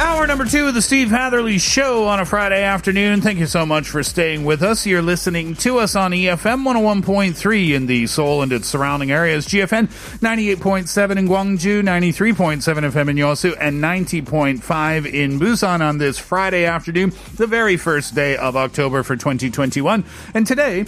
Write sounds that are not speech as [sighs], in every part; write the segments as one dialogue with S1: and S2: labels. S1: Hour number two of the Steve Hatherley Show on a Friday afternoon. Thank you so much for staying with us. You're listening to us on E EFM 101.3 in the Seoul and its surrounding areas, GFN 98.7 in Gwangju, 93.7 FM in Yeosu, and 90.5 in Busan on this Friday afternoon, the very first day of October for 2021. And today,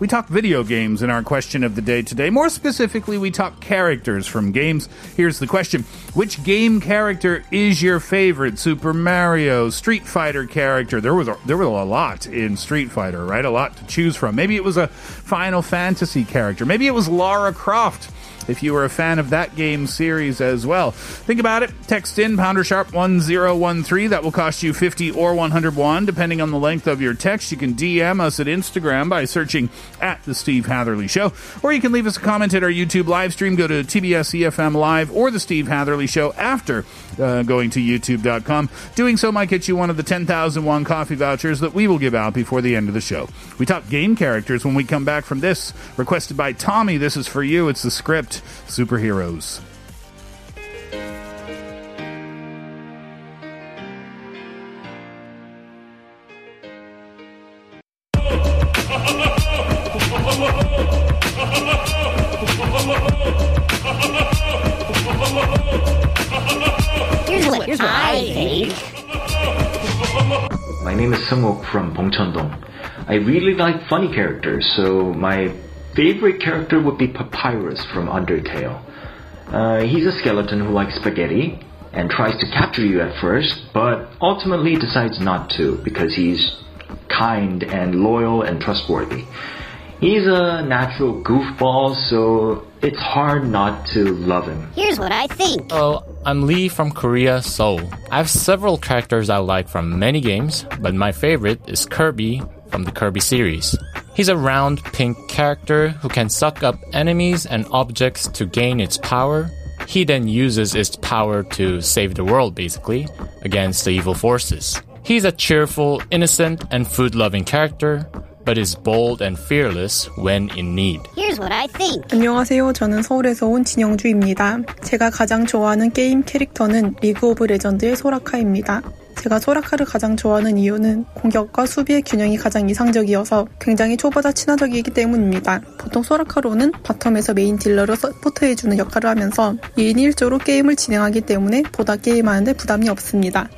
S1: we talk video games in our question of the day today. More specifically, we talk characters from games. Here's the question Which game character is your favorite? Super Mario, Street Fighter character? There was a, there were a lot in Street Fighter, right? A lot to choose from. Maybe it was a Final Fantasy character. Maybe it was Lara Croft if you were a fan of that game series as well. Think about it. Text in pounder sharp 1013. That will cost you 50 or 101, depending on the length of your text. You can DM us at Instagram by searching at The Steve Hatherley Show, or you can leave us a comment at our YouTube live stream. Go to TBS EFM E Live or The Steve Hatherley Show after uh, going to YouTube.com. Doing so might get you one of the 10,000 won coffee vouchers that we will give out before the end of the show. We talk game characters when we come back from this. Requested by Tommy. This is for you. It's the script Superheroes.
S2: My name is Sungwook from Bongcheondong. I really like funny characters, so my favorite character would be Papyrus from Undertale. Uh, he's a skeleton who likes spaghetti and tries to capture you at first, but ultimately decides not to because he's kind and loyal and trustworthy. He's a natural goofball, so it's hard not to love him.
S3: Here's what I think.
S4: Hello, I'm Lee from Korea, Seoul. I have several characters I like from many games, but my favorite is Kirby from the Kirby series. He's a round pink character who can suck up enemies and objects to gain its power. He then uses its power to save the world, basically, against the evil forces. He's a cheerful, innocent, and food loving character, but is bold and fearless when in need.
S3: Here's what I think.
S5: 안녕하세요. 저는 서울에서 온 진영주입니다. 제가 가장 좋아하는 게임 캐릭터는 리그 오브 레전드의 소라카입니다. 제가 소라카를 가장 좋아하는 이유는 공격과 수비의 균형이 가장 이상적이어서 굉장히 초보자 친화적이기 때문입니다. 보통 소라카로는 바텀에서 메인 딜러로 서포트해주는 역할을 하면서 2인 1조로 게임을 진행하기 때문에 보다 게임하는데 부담이 없습니다.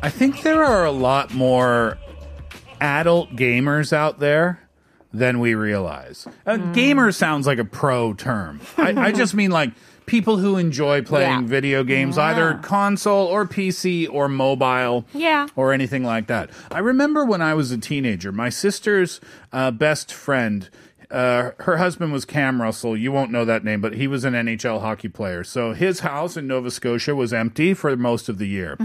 S1: I think there are a lot more adult gamers out there than we realize. Uh, Gamer sounds like a pro term. I, I just mean like people who enjoy playing video games, either console or PC or mobile
S6: Yeah.
S1: or anything like that. I remember when I was a teenager, my sister's uh, best friend. Uh, her husband was Cam Russell. You won't know that name, but he was an NHL hockey player. So his house in Nova Scotia was empty for most of the year.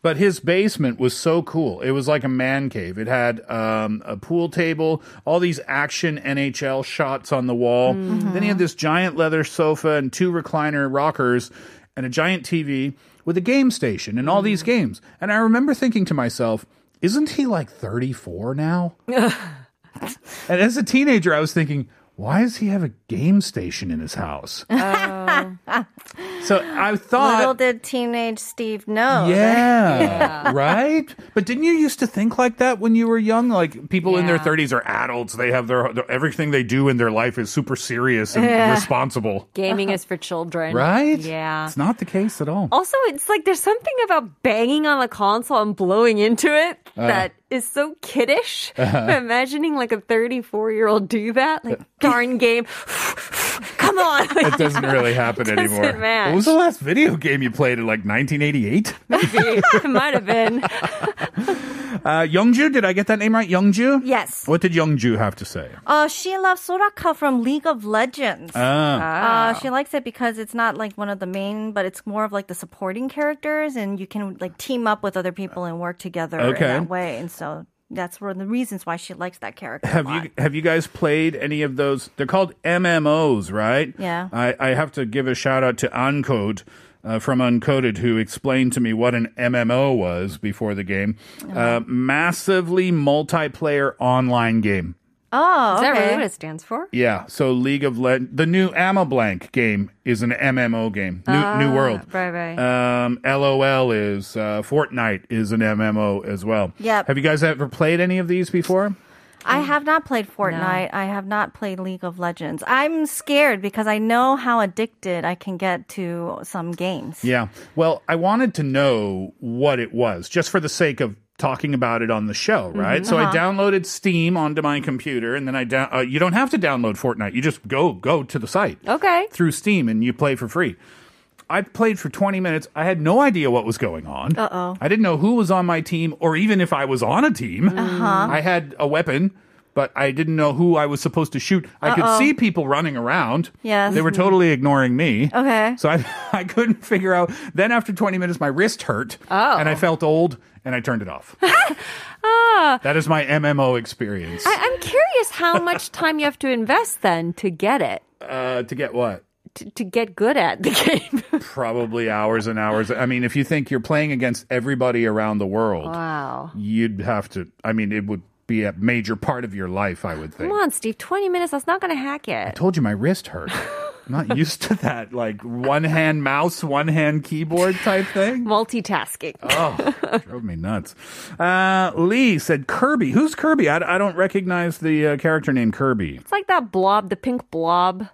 S1: But his basement was so cool. It was like a man cave. It had um, a pool table, all these action NHL shots on the wall. Then he had this giant leather sofa and two recliner rockers and a giant TV with a game station and all these games. And I remember thinking to myself, isn't he like 34 now? and as a teenager, I was thinking, why does he have a game station in his house? So I thought,
S7: Little did teenage Steve know. that-
S1: yeah,
S7: Yeah.
S1: right. But didn't you used to think like that when you were young? Like people in their
S7: Yeah.
S1: thirties are adults; they have their, their- everything they do in their life is super serious and
S7: [laughs]
S8: Yeah.
S1: responsible,
S8: Gaming is for children.
S1: right?
S8: Yeah.
S1: it's not the case at all.
S8: Also, it's like there's something about banging on a console and blowing into it
S1: Uh.
S8: that is so kiddish.
S1: [laughs] Uh-huh.
S8: I'm imagining like a 34 year old do that, like darn game. [laughs] Come on.
S1: It doesn't really happen
S8: Doesn't
S1: anymore.
S8: match.
S1: What was the last video game you played in like 1988?
S7: [laughs]
S8: Maybe. it might have been.
S1: [laughs] Uh, Youngju, did I get that name right? Youngju?
S7: Yes.
S1: What did Youngju have to say?
S7: Uh, she loves Soraka from League of Legends.
S1: Ah.
S7: Uh, she likes it because it's not like one of the main, but it's more of like the supporting characters, and you can like team up with other people and work together
S1: Okay.
S7: in that way. And so that's one of the reasons why she likes that character. a
S1: Have
S7: lot.
S1: you have you guys played any of those? They're called MMOs, right?
S7: Yeah.
S1: I, I have to give a shout out to Uncode uh, from Uncoded, who explained to me what an MMO was before the game.
S8: Oh.
S1: Uh, massively multiplayer online game.
S7: Oh,
S8: is that
S7: okay.
S8: really what it stands for?
S1: Yeah. So League of Legends, the new Amablank game is an MMO game. New, new
S8: Ah,
S1: World.
S8: right, right.
S1: Um, LOL is uh, Fortnite is an MMO as well.
S7: Yep.
S1: Have you guys ever played any of these before?
S7: I have not played Fortnite. I have not played League of Legends. I'm scared because I know how addicted I can get to some games.
S1: Yeah. Well, I wanted to know what it was just for the sake of talking about it on the show, right?
S7: Mhm.
S1: So I
S7: Uh-huh.
S1: downloaded Steam onto my computer and then I down uh, you don't have to download Fortnite. You just go go to the site.
S8: Okay.
S1: Through Steam and you play for free. I played for 20 minutes. I had no idea what was going on.
S7: Uh-oh.
S1: I didn't know who was on my team or even if I was on a team.
S7: Uh-huh.
S1: I had a weapon, but I didn't know who I was supposed to shoot. I could
S7: Uh-oh.
S1: see people running around.
S7: Yes.
S1: They were totally ignoring me.
S7: Okay.
S1: So I, [laughs] I couldn't figure out. Then after 20 minutes, my wrist hurt.
S8: Oh.
S1: And I felt old and I turned
S7: [laughs]
S1: it off.
S8: Ah.
S1: that is my MMO experience.
S8: I- I'm curious how
S7: [laughs]
S8: much time you have to invest then to get it,
S1: Uh, to get what?
S8: to, to get good at the game. [laughs]
S1: Probably hours and hours. I mean, if you think you're playing against everybody around the world,
S8: Wow.
S1: you'd have to, I mean, it would be a major part of your life, I would think.
S8: Come on, Steve. 20 minutes. That's not going to hack
S1: I
S8: it.
S1: told you my wrist hurt. I'm not used to that, like one hand mouse, one hand keyboard type thing.
S8: Multitasking.
S1: Oh, drove me nuts. Uh, Lee said Kirby. Who's Kirby? I, I don't recognize the uh, character name Kirby
S8: It's like that blob, the pink blob,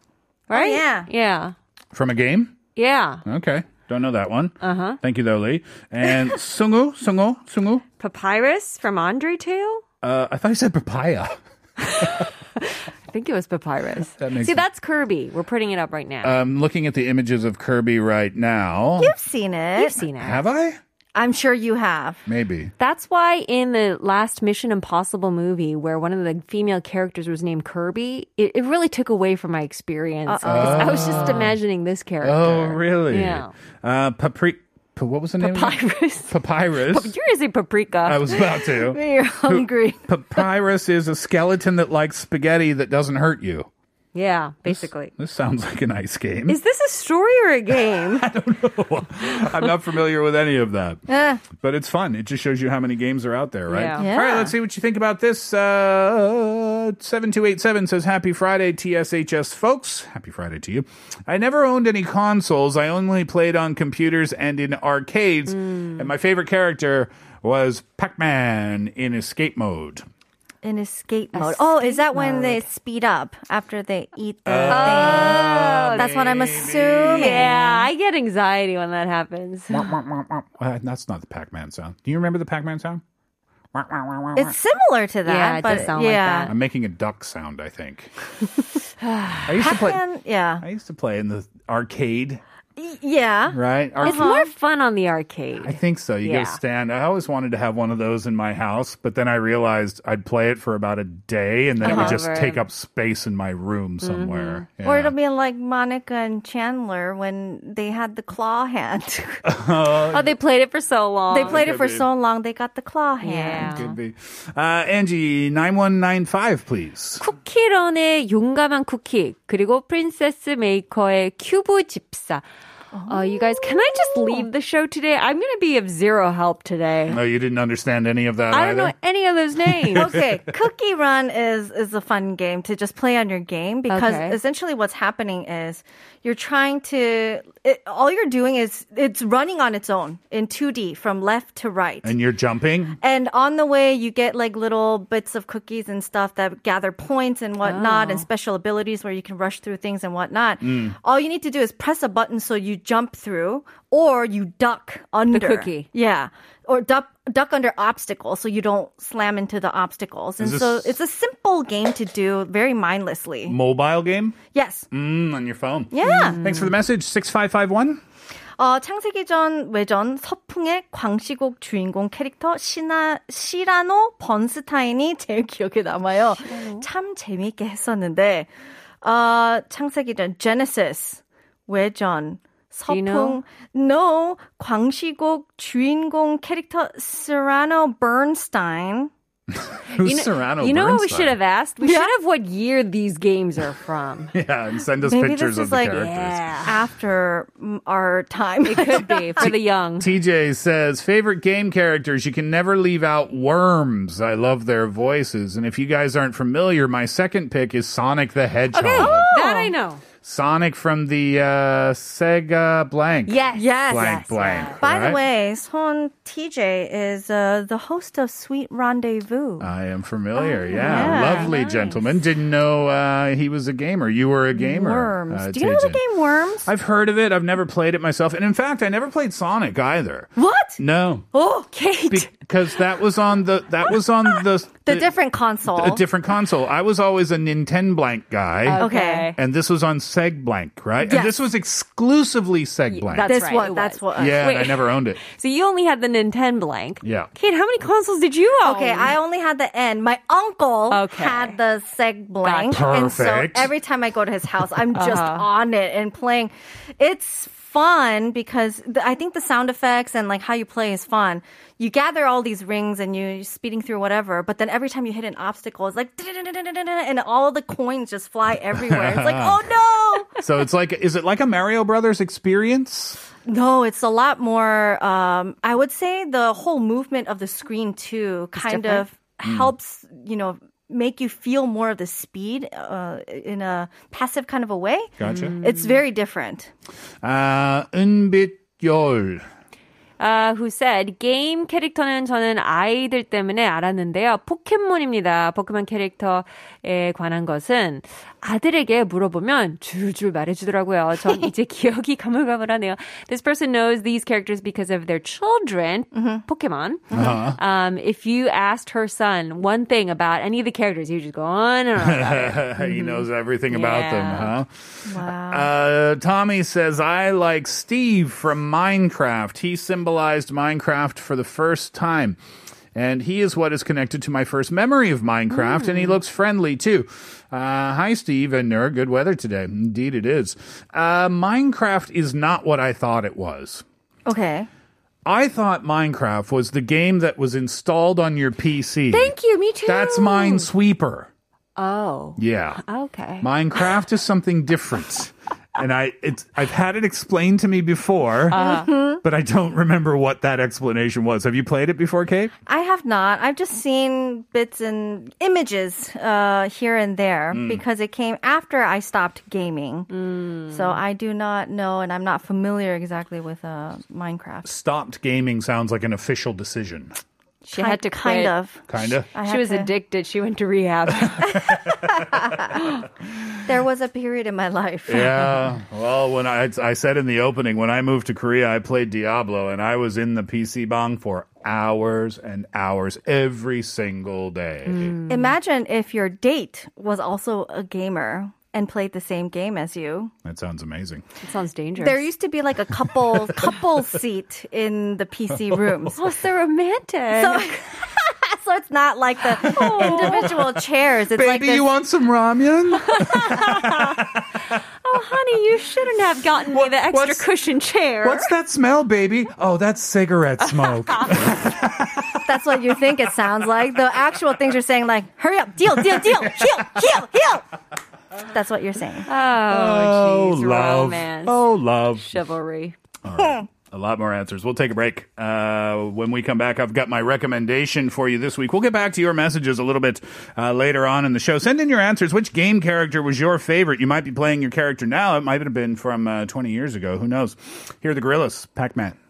S8: right?
S7: Oh, yeah.
S8: Yeah.
S1: from a game.
S8: Yeah.
S1: Okay, don't know that one.
S8: Uh huh.
S1: Thank you though, Lee. And Sungu, Sungu, Sungu.
S8: Papyrus from Andre Tale?
S1: Uh, I thought you said papaya. [laughs]
S8: I think it was Papyrus.
S1: That makes
S8: See,
S1: sense.
S8: that's Kirby. We're putting it up right now.
S1: I'm looking at the images of Kirby right now.
S7: You've seen it.
S8: You've seen it.
S1: Have I?
S7: I'm sure you have.
S1: Maybe.
S8: That's why in the last Mission Impossible movie, where one of the female characters was named Kirby, it, it really took away from my experience. 'cause I was just
S1: Uh-oh.
S8: imagining this character.
S1: Oh, really?
S8: Yeah.
S1: Uh, papri. Pa- what was the name?
S8: Papyrus.
S1: Papyrus.
S8: You're going to say paprika.
S1: I was about
S8: [laughs]
S1: to.
S8: You're hungry.
S1: Papyrus is a skeleton that likes spaghetti that doesn't hurt you.
S8: Yeah, basically.
S1: This sounds like an ice game.
S8: Is this a story or a game?
S1: [laughs] I'm not familiar with any of that.
S8: Eh.
S1: But it's fun. It just shows you how many games are out there, right?
S8: Yeah.
S1: All
S8: Yeah.
S1: right, let's see what you think about this. Uh, 7287 says, Happy Friday, TSHS folks. Happy Friday to you. I never owned any consoles. I only played on computers and in arcades. And my favorite character was Pac Man in escape mode.
S7: [laughs] In escape mode. Oh, is that when they speed up after they eat
S8: Oh,
S7: the thing? That's what I'm assuming.
S8: yeah, I get anxiety when that happens.
S1: Womp, womp, womp, womp. Uh, that's not the Pac Man sound. Do you remember the Pac Man sound? Womp, womp, womp, womp,
S7: It's similar to that.
S8: Yeah, it
S7: but
S8: does sound like
S7: yeah.
S1: I'm making a duck sound, I think. [sighs] I used to play.
S7: Pac-Man, yeah.
S1: I used to play in the arcade,
S7: Y- Yeah.
S1: right?
S8: It's more fun on the arcade.
S1: I think so. You
S8: Yeah.
S1: get a stand. I always wanted to have one of those in my house, but then I realized I'd play it for about a day, and then it would
S7: Uh-huh.
S1: just
S7: Over. Mm-hmm.
S1: take up space in my room somewhere.
S7: Or
S1: Yeah.
S7: it'll be like Monica and Chandler when they had the claw hand. [laughs]
S8: Oh, they played it for so long.
S7: they played it for
S1: Could be.
S7: so long, they got the claw hand.
S1: Could be. Uh, Angie nine one nine five, please.
S8: 쿠키런의 용감한 쿠키 그리고 프린세스 메이커의 큐브 집사.
S7: Oh.
S8: Uh, you guys, can I just leave the show today? I'm going to be of zero help today.
S1: No, you didn't understand any of that.
S8: I don't know
S1: either?
S8: any of know those names.
S7: okay, Cookie Run is is a fun game to just play on your game because
S8: Okay.
S7: essentially what's happening is you're trying to it, all you're doing is it's running on its own in 2D from left to right.
S1: And you're jumping?
S7: And on the way, you get like little bits of cookies and stuff that gather points and whatnot,
S8: Oh.
S7: and special abilities where you can rush through things and whatnot.
S1: Mm.
S7: All you need to do is press a button so you jump through or you duck under
S8: cookie.
S7: Yeah. Or duck, duck under obstacles so you don't slam into the obstacles. And
S1: Is
S7: so
S1: this-
S7: it's a simple game to do very mindlessly.
S1: Mobile game?
S7: Yes.
S1: Mm, on your phone.
S7: Yeah. Mm.
S1: Thanks for the message. 6551.
S7: 어, 창세기전 외전 서풍의 광시곡 주인공 캐릭터 시나 시라노 번스타인이 제일 기억에 남아요. 참 재미있게 했었는데 어, 창세기전 제네시스 외전 서풍
S8: Gino?
S7: no 광시곡 주인공 캐릭터 시라노 번스타인
S1: Who's
S8: you know,
S1: Serrano
S8: you know what we
S1: Bernstein?
S8: should have asked? We should have what year these games are from.
S1: [laughs] Yeah, and send us
S7: Maybe
S1: pictures
S7: this
S1: of
S7: is
S1: the
S7: like
S1: characters.
S7: after [laughs] mm, our time.
S8: It could be for the young.
S1: TJ says, favorite game characters. You can never leave out worms. I love their voices. And if you guys aren't familiar, my second pick is Sonic the Hedgehog.
S8: Okay, that I know.
S1: Sonic from the uh, Sega blank.
S7: Yes. Yes.
S1: Blank,
S7: Yes.
S1: blank.
S7: By the
S1: right?
S7: way, Son TJ is uh, the host of Sweet Rendezvous.
S1: I am familiar.
S7: Oh,
S1: yeah.
S7: yeah.
S1: Lovely gentleman. Didn't know uh, he was a gamer. You were a gamer.
S7: Worms.
S1: uh,
S7: Do you know the
S1: TJ.
S7: game Worms?
S1: I've heard of it. I've never played it myself. And in fact, I never played Sonic either.
S7: What?
S1: No.
S7: Oh, Kate.
S1: Because that was on the that
S7: [laughs]
S1: was on the
S7: the different console.
S1: a different console. I was always a Nintendo blank guy.
S7: Oh. Okay.
S1: And this was on Seg blank, right? And this was exclusively Seg blank.
S8: that's
S7: this
S8: right,
S7: one.
S8: it
S7: That's
S8: was.
S7: what.
S1: yeah, and I
S8: Wait.
S1: never owned it.
S8: So you only had the Nintendo blank.
S1: Yeah.
S8: Kate, how many consoles did you own?
S7: Okay, I only had the N. My uncle
S8: Okay.
S7: had the Seg blank,
S1: Gotcha.
S7: and so
S1: Perfect.
S7: every time I go to his house, I'm just
S8: Uh-huh.
S7: on it and playing. It's fun because the, I think the sound effects and like how you play is fun. You gather all these rings and you- you're speeding through whatever, but then every time you hit an obstacle, it's like [laughs] and all the coins just fly everywhere. It's like, oh no!
S1: So it's like is it like a Mario Brothers experience?
S7: No, it's a lot more. Um, I would say the whole movement of the screen too kind
S8: different?
S7: of
S1: Hmm.
S7: helps. You know. Make you feel more of the speed uh, in a passive kind of a way.
S1: Gotcha.
S7: Mm. It's very different.
S1: Uh Unbit Yol.
S8: uh, who said 게임 캐릭터는 저는 아이들 때문에 알았는데요. 포켓몬입니다. 포켓몬 캐릭터에 관한 것은 아들에게 물어보면 줄줄 말해주더라고요. 전 이제 기억이 가물가물하네요. This person knows these characters because of their children, Pokemon. Um, if you asked her son one thing about any of the characters, he would just go on and on. about it.
S1: [laughs] he knows everything about them,
S8: Mm-hmm. Yeah.
S1: huh? Uh, Tommy says, I like Steve from Minecraft. He symbolized Minecraft for the first time. And he is what is connected to my first memory of Minecraft, and he
S8: Hmm.
S1: looks friendly too. Uh, hi, Steve and Nur. Good weather today. Indeed, it is. Uh, Minecraft is not what I thought it was.
S7: Okay.
S1: I thought Minecraft was the game that was installed on your PC.
S8: Thank you. Me too.
S1: That's Minesweeper.
S8: Oh.
S1: Yeah.
S8: Okay.
S1: Minecraft is something different. And I, it's, I've had it explained to me before,
S7: Uh-huh.
S1: but I don't remember what that explanation was. Have you played it before, Kate?
S7: I have not. I've just seen bits and images uh, here and there
S1: Hmm.
S7: because it came after I stopped gaming. So I do not know, and I'm not familiar exactly with uh, Minecraft.
S1: Stopped gaming sounds like an official decision.
S8: She had to
S7: kind
S8: quit.
S7: of.
S1: Kinda.
S7: I
S8: She
S7: had
S8: was
S7: to-
S8: addicted. She went to rehab.
S7: There was a period in my life.
S1: Yeah. Well, when I, I said in the opening, when I moved to Korea, I played Diablo and I was in the PC bong for hours and hours every single day.
S7: Hmm. Imagine if your date was also a gamer and played the same game as you.
S1: That sounds amazing.
S8: It sounds dangerous.
S7: There used to be like a
S1: [laughs]
S7: couple couple seat in the
S1: Oh,
S7: PC rooms.
S8: What's the romantic?
S7: [laughs] So, [laughs] so it's not like
S1: [laughs]
S7: the individual chairs. It's like
S1: Oh. Baby,
S7: this,
S1: you want some
S7: [laughs]
S1: ramyun?
S8: oh, honey, you shouldn't have gotten me the extra
S1: what's-
S8: cushion chair.
S1: What's that smell, baby? Oh, that's cigarette
S7: [laughs]
S1: smoke.
S7: that's what you think it sounds like. The actual things you're saying, like hurry up, deal, deal, deal, heal, heal, heal. That's what you're saying.
S8: oh, jeez, romance,
S1: Oh, love.
S8: chivalry.
S1: A lot more answers. We'll take a break. Uh, when we come back, I've got my recommendation for you this week. We'll get back to your messages a little bit uh, later on in the show. Send in your answers. Which game character was your favorite? You might be playing your character now. It might have been from uh, 20 years ago. Who knows? Here are the Gorillas, Pac Man.